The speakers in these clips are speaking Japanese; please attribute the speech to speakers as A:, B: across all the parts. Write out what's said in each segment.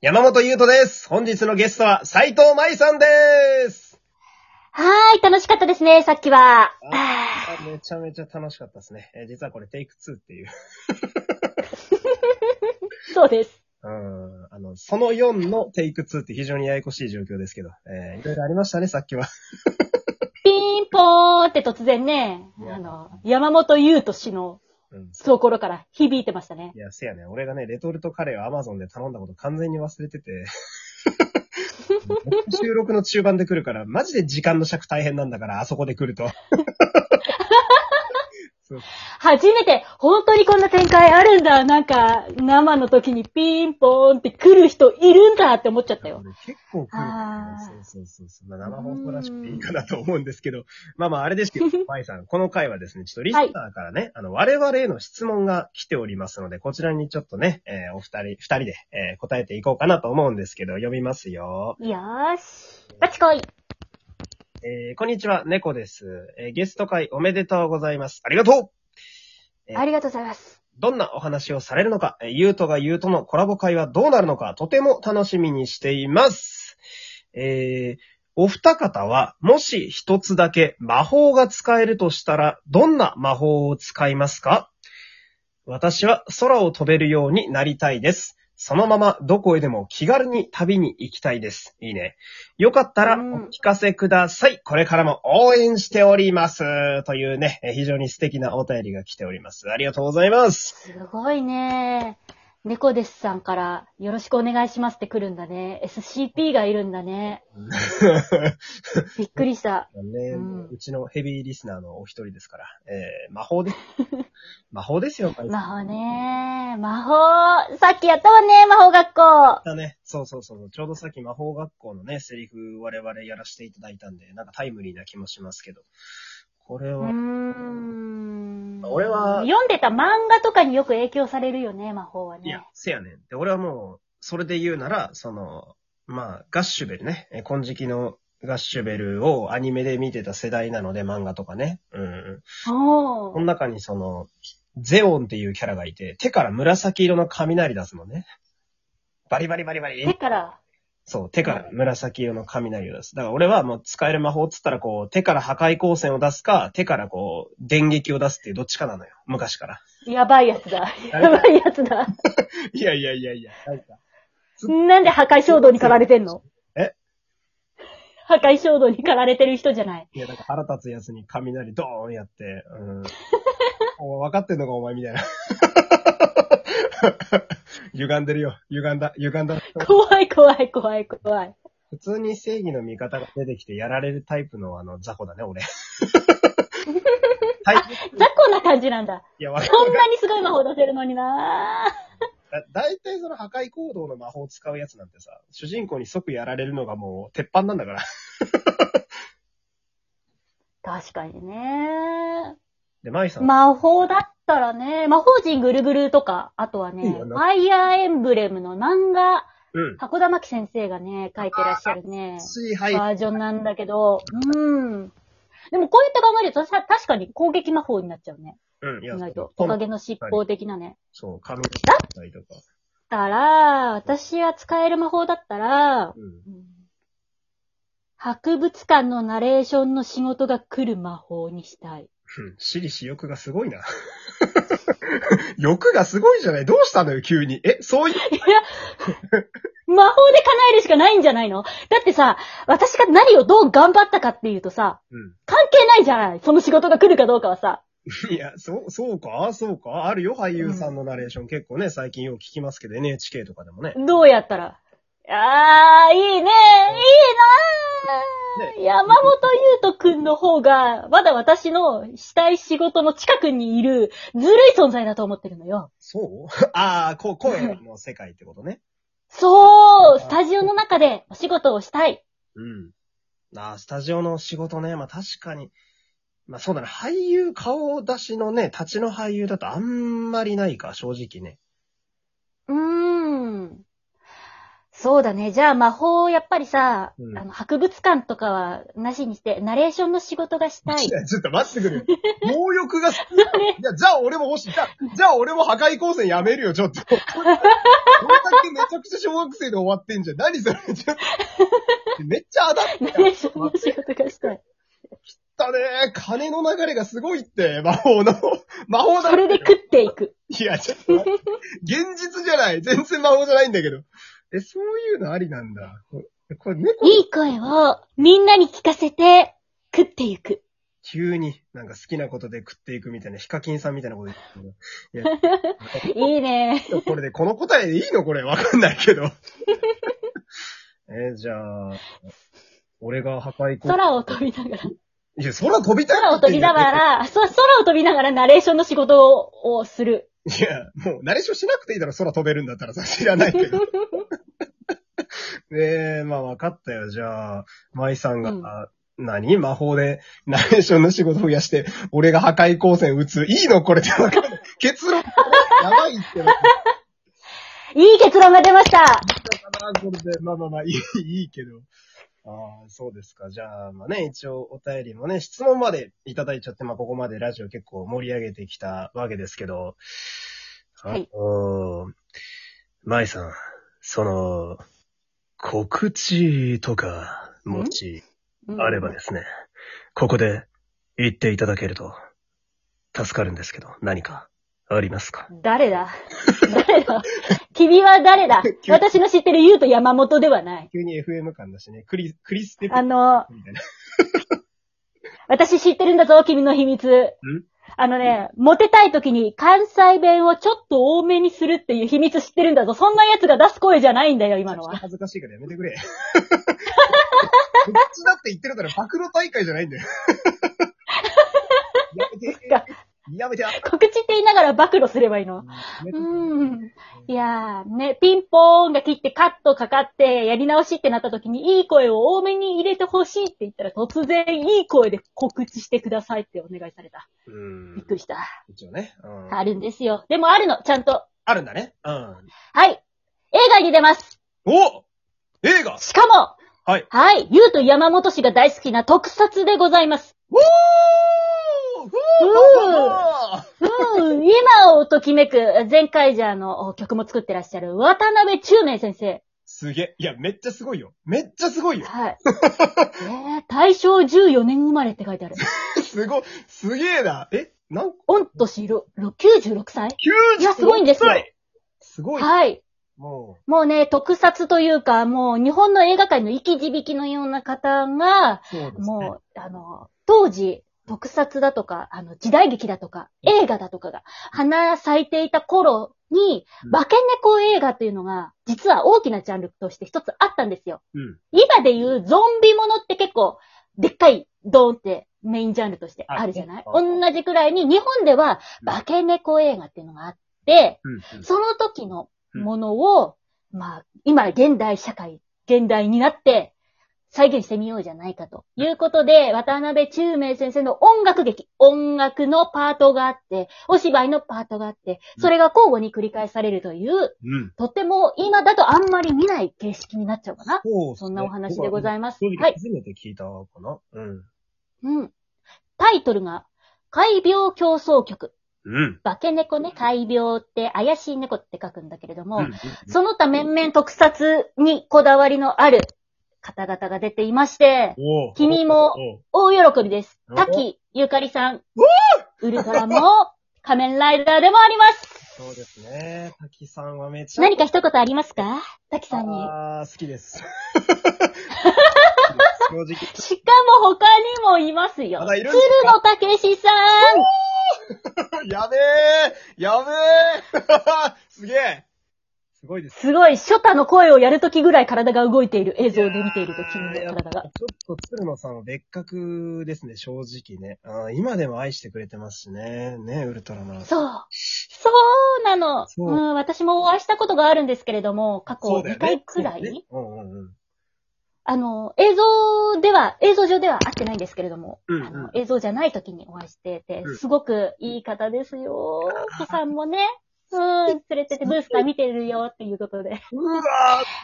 A: 山本優斗です。本日のゲストは斉藤舞さんです。
B: はーい、楽しかったですね、さっきは。あ
A: あめちゃめちゃ楽しかったですね。えー実はこれテイク2っていう。
B: ーそうです。
A: うん。あの、その4のテイク2って非常にややこしい状況ですけど、えーいろいろありましたね、さっきは。
B: ピンポーンって突然ね、あの、山本優斗氏の
A: うん。
B: 懐から響いてましたね
A: い。や、せやね。俺がね、レトルトカレーを Amazon で頼んだこと完全に忘れてて。 収録の中盤で来るから、マジで時間の尺大変なんだから、あそこで来ると。そう
B: 初めて、本当にこんな展開あるんだ。なんか、生の時にピンポーンって来る人いるんだって思っちゃったよ。
A: 俺結構来るから
B: あ
A: ね。
B: ー
A: そうそうそうそう。まあ、生放送らしくていいかなと思うんですけど。まあまあ、あれ ですけど、マイさん、この回はですね、ちょっとリスナーからね、あの、我々への質問が来ておりますので、こちらにちょっとね、えーお二人、二人で、えー答えていこうかなと思うんですけど、読みますよ。
B: よーし。バチコイ。
A: えーこんにちは、猫です。えーゲスト会おめでとうございます。ありがとうえー
B: ありがとうございます。
A: どんなお話をされるのか、えーゆうとがゆうとのコラボ会はどうなるのか、とても楽しみにしています。えー、お二方は、もし一つだけ魔法が使えるとしたら、どんな魔法を使いますか私は空を飛べるようになりたいです。そのままどこへでも気軽に旅に行きたいです。いいね。よかったらお
B: うん
A: 聞かせください。これからも応援しております。というね、えー非常に素敵なお便りが来ております。ありがとうございます。
B: すごいね。猫ですさんから、よろしくお願いしますって来るんだね。SCP がいるんだね。びっくりした。
A: ね、
B: うん
A: うちのヘビーリスナーのお一人ですから、えー、魔法 です。魔法ですよ、魔
B: 魔法ね魔法さっきやったわね魔法学校
A: だね。そうそうそう。ちょうどさっき魔法学校のね、セリフ我々やらせていただいたんで、なんかタイムリーな気もしますけど。これ
B: う
A: は、
B: ーん。
A: 俺は
B: 読んでた漫画とかによく影響されるよね、魔法はい
A: や
B: ね。、
A: せやねん。で、俺はもう、それで言うなら、その、まあ、ガッシュベルね。えー金色のガッシュベルをアニメで見てた世代なので、漫画とかね。うん。
B: お
A: こ
B: ー
A: の中にその、ゼオンっていうキャラがいて、手から紫色の雷出すのね。バリバリバリバ
B: 手
A: リ。
B: から。
A: そう、手から紫色の雷を出す。だから俺はもう使える魔法っつったらこう、手から破壊光線を出すか、手からこう、電撃を出すっていうどっちかなのよ。昔から。
B: やばいやつだ。
A: あれ
B: やばいやつだ。
A: いやいやいやいや、なんか。
B: なんで破壊衝動に駆られてんの
A: え
B: 破壊衝動に駆られてる人じゃない。
A: いや、なんか腹立つやつに雷ドーンやって、 うん。お前分かってんのかお前みたいな。 歪んでるよ。歪んだ、歪んだ。
B: 怖い怖い怖い怖い。
A: 普通に正義の味方が出てきてやられるタイプのあの、雑魚だね、 俺。はい。
B: 雑魚な感じなんだ。
A: いや、わか
B: そんなにすごい魔法出せるのにな
A: だ大体その破壊行動の魔法を使うやつなんてさ、主人公に即やられるのがもう鉄板なんだから。
B: 確かにね
A: で、マイさん。
B: 魔法だったらね、魔法陣ぐるぐるとか、あとはい
A: い
B: ね、
A: よ
B: フ
A: な
B: ァイヤーエンブレムの漫画、
A: うん。
B: 箱田真希先生がね、書いてらっしゃるね、
A: 水杯。
B: バージョンなんだけど、うん。でもこういった考えると、さ確かに攻撃魔法になっちゃうね。
A: うん、い
B: 意
A: や、
B: 外と。
A: ト
B: お
A: ン
B: かげの執行的なね。
A: そう、髪の毛とか。
B: だから、私は使える魔法だったら
A: う、ん。
B: うん博物館のナレーションの仕事が来る魔法にしたい。
A: うん私利私欲がすごいな。 欲がすごいじゃないどうしたのよ、急に。え、そういう、
B: いや、魔法で叶えるしかないんじゃないのだってさ、私が何をどう頑張ったかっていうとさ、
A: う
B: 関係ないじゃないその仕事が来るかどうかはさ。
A: ん。いや、そう、そうかそうかあるよ、俳優さんのナレーション、結構ね、最近よく聞きますけど、NHK とかでもね。
B: どうやったら。あー、いいねいいなー、
A: ね
B: 山本優斗くんの方が、まだ私のしたい仕事の近くにいる、ずるい存在だと思ってるのよ。
A: そう ああ、こう、声の世界ってことね。
B: そうスタジオの中でお仕事をしたい。
A: うん。ああ、スタジオの仕事ね。まあ確かに。まあそうだね。俳優顔出しのね、立ちの俳優だとあんまりないか、正直ね。
B: うーん。そうだね。じゃあ魔法をやっぱりさ、
A: うん
B: あの、博物館とかはなしにして、ナレーションの仕事がしたい
A: い。や、ちょっと待ってくれよ。能力が好きなのい や、じゃあ俺も欲しい。じゃあ、じゃあ俺も破壊光線やめるよ、ちょっと。これだけめちゃくちゃ小学生で終わってんじゃん。何それ、ちょっ と。めっちゃ当たっ
B: ナレーションの仕事がしたい。
A: たね。金の流れがすごいって、魔法の。魔法だ
B: それで食っていく。
A: いや、ちょっと待って、現実じゃない。全然魔法じゃないんだけど。え、そういうのありなんだ。これ、これ猫
B: いい声をみんなに聞かせて、食っていく。
A: 急になんか好きなことで食っていくみたいな、ヒカキンさんみたいなこと言ってるいや
B: いいね。
A: これで、この答えでいいのこれ、わかんないけど。 えーじゃあ、俺が破壊工
B: 空を飛びながら。
A: いや、空飛びたい
B: 空を飛びながら、そ空を飛びながらナレーションの仕事ををする。
A: いや、もう、ナレーションしなくていいだろ、空飛べるんだったら さ、知らないけど。ええまあ、わかったよ。じゃあ、舞さんが、
B: うん
A: あ何魔法で、ナレーションの仕事増やして、俺が破壊光線打つ。いいのこれってわかんない。結論、やばいってな。
B: いい結論が出ました
A: まあこれで、まあまあまあ、いい、いいけど。ああ、そうですか。じゃあ、まあね、一応お便りもね、質問までいただいちゃって、まあここまでラジオ結構盛り上げてきたわけですけど、
B: はい
A: あのー。舞さん、その、告知とか、もし、あれば
B: ね。
A: ですね、ここで言っていただけると、助かるんですけど、何かありますか
B: 誰だ誰だ 君は 誰だ
A: 急に
B: 私の知ってる優と山本ではない。
A: 急に FM 感だしね、クリ、クリステッ
B: あ
A: プ
B: の、
A: みたいな。
B: 私知ってるんだぞ、君の秘密。あのね、モテたい時に関西弁をちょっと多めにするっていう秘密知ってるんだぞ。そんな奴が出す声じゃないんだよ、今の
A: ちょっと
B: は。
A: 恥ずかしいからやめて くれ。こっちだって言ってるから暴露大会じゃないんだよ。やめて
B: か。
A: やめて。や
B: 告知って言いながら暴露すればいいの。
A: めて
B: うん。いやー、ね、ピンポーンが切ってカットかかって、やり直しってなった時に、いい声を多めに入れてほしいって言ったら、突然、いい声で告知してくださいってお願いされた。
A: うん
B: びっくりした。
A: 一応ね。うん
B: あるんですよ。でもあるの、ちゃんと。
A: あるんだね。うん。
B: はい。映画に出ます。
A: お映画
B: しかも、
A: はい。
B: はい。ゆうと山本氏が大好きな特撮でございます。
A: おーお
B: うん、今をときめく、前回じゃあの曲も作ってらっしゃる、渡辺中明先生。
A: すげえ。いや、めっちゃすごいよ。めっちゃすごいよ。
B: はい。えー、大正14年生まれって書いてある。
A: すご、すげえな。えなん
B: 御年ろろ96歳
A: ?96
B: いやすごいんですよ
A: 歳すごい。
B: はい。
A: も
B: もうね、特撮というか、もう日本の映画界の生き字引きのような方が
A: う、、そうですね。
B: もう、あの、当時、特撮だとか、あの、時代劇だとか、映画だとかが、花咲いていた頃に
A: うん、
B: 化け猫映画というのが、実は大きなジャンルとして一つあったんですよ。
A: うん。
B: 今で言うゾンビものって結構、でっかい、ドーンってメインジャンルとしてあるじゃない
A: あそう
B: 同じくらいに、日本では化け猫映画っていうのがあって、
A: うん。
B: その時のものを、まあ、今、現代社会、現代になって、再現してみようじゃないかと。いうことで、渡辺中明先生の音楽劇、音楽のパートがあって、お芝居のパートがあって、それが交互に繰り返されるという、
A: うん。
B: とても今だとあんまり見ない形式になっちゃうかな。
A: そう
B: そんなお話でご
A: いますね。正
B: ざいます。は
A: 直
B: い。
A: 初めて聞いたかな。うん。
B: うん。タイトルが、怪病競争曲。
A: うん。
B: 化け猫ね、怪病って怪しい猫って書くんだけれども、
A: うん
B: その他面々特撮にこだわりのある方々が出ていまして、
A: おう
B: 君も
A: おう
B: 大喜びです
A: お。
B: 滝ゆかりさん、ウルト ラも仮面ライダーでもあります。
A: そうですね。滝さんはめちゃ
B: 何か一言ありますか滝さんに。
A: あー好き です。正直。
B: しかも他にもいますよ。
A: まだいるん
B: 鶴
A: です
B: 野武史さん、
A: やべえやべえ すげえすごいです。
B: すごい、ショタの声をやるときぐらい体が動いている映像で見ていると君
A: いや
B: の
A: ー
B: 体が。
A: ちょっと鶴野さんは別格ですね、正直ね。あー今でも愛してくれてますしね。ね、ウルトラマン。
B: そう。そうなの。
A: そう
B: うん、私もお会いしたことがあるんですけれども、過去
A: そうだよ
B: 2
A: ね
B: 回くら
A: そうだ
B: い
A: ねうんうんうん。
B: あの、映像では、映像上では会ってないんですけれども、
A: うんうん
B: あの映像じゃない時にお会いしてて
A: う、ん
B: すごくいい方ですよ。お子さんもね、うーん、連れてってブースター見てるよっていうことで。
A: うわーす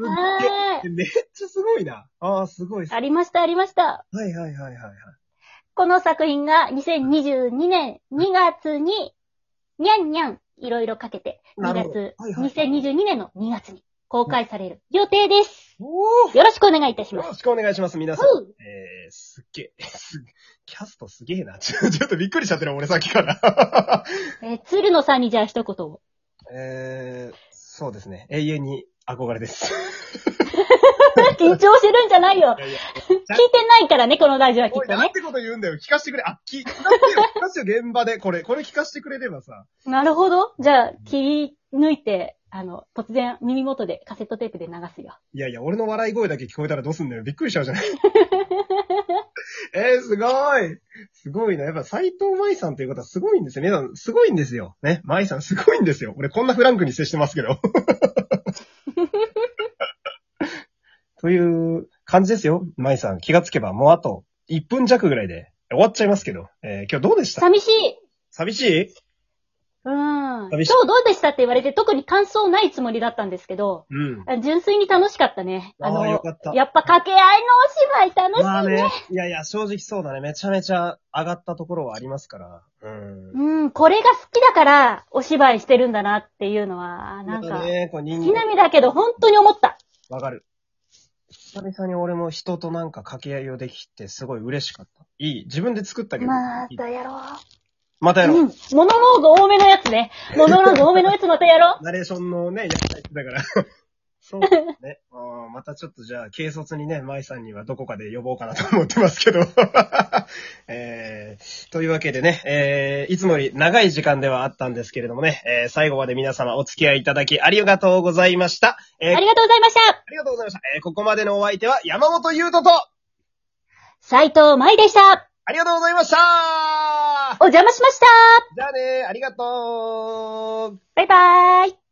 A: っ
B: はーい。
A: げえめっちゃすごいな。ああ、すごい。は
B: あ
A: い
B: りました、ありました。
A: はいはいはいはい。
B: この作品が2022年2月に、にゃんにゃん、いろいろかけて、
A: な
B: 2
A: るほど
B: 月、
A: はいはい
B: 2022年の2月に公開される予定です。
A: おー
B: よろしくお願いいたし
A: よ
B: ます。
A: ろしくお願いします、皆さん。
B: うん
A: えー、すっげえ。 すキャストすげえな。 ちょちょっとびっくりしちゃってる、俺さっきから。
B: えー、鶴野さんにじゃあ一言を。
A: えー、そうですね。永遠に憧れです。
B: 緊張してるんじゃないよ。
A: いやい や
B: 聞いてないからね、このラジオはきっ
A: おい、
B: と
A: な
B: ね
A: ん。てこと言うんだよ。聞かせてくれ。あ、聞、聞かせてよ。聞かせてよ、現場で。これ、これ聞かせてくれればさ。
B: なるほど。じゃあ、切り抜いて、あの、突然耳元でカセットテープで流すよ。
A: いやいや、俺の笑い声だけ聞こえたらどうすんだよ。びっくりしちゃうじゃない えー、すごい。すごいな。やっぱ、斎藤舞さんということはすごいんですよ。皆さん、すごいんですよ。ね。舞さん、すごいんですよ。俺、こんなフランクに接してますけ ど。という感じですよ。舞さん、気がつけば、もうあと1分弱ぐらいで終わっちゃいますけど。えー、今日どうでした
B: 寂しい
A: 寂しい
B: うん。今
A: 寂
B: 日
A: しい
B: どうでしたって言われて特に感想ないつもりだったんですけど、
A: うん。
B: あ純粋に楽しかったね。
A: あーよかった
B: やっぱ掛け合いのお芝居楽しいね。
A: まあね、いやいや、正直そうだね。めちゃめちゃ上がったところはありますから。うん。
B: うん、これが好きだからお芝居してるんだなっていうのは、なん
A: やっ
B: か
A: ぱ、ね、こう人
B: 好き
A: 間
B: な、みだけど本当に思った。
A: わかる。久々に俺も人となんか掛け合いをできて、すごい嬉しかった。いい。自分で作ったけど。
B: ま
A: いい
B: たやろう。
A: またやろう。
B: うん。モノローグ多めのやつね。モノローグ多めのやつまたやろう。
A: ナレーションのね、やったやつだ から。そうですね。あーまたちょっとじゃあ、軽率にね、舞さんにはどこかで呼ぼうかなと思ってますけど。 えー、というわけでね、えー、いつもより長い時間ではあったんですけれどもね、えー、最後まで皆様お付き合いいただきありがとうございました。えー、
B: あ
A: あ
B: りがとうございました。
A: りがとうございました。えー、ここまでのお相手は山本優斗と、
B: 斉藤舞でした。
A: ありがとうございました
B: お邪魔しました。
A: じゃあねありがとう
B: バイバーイ。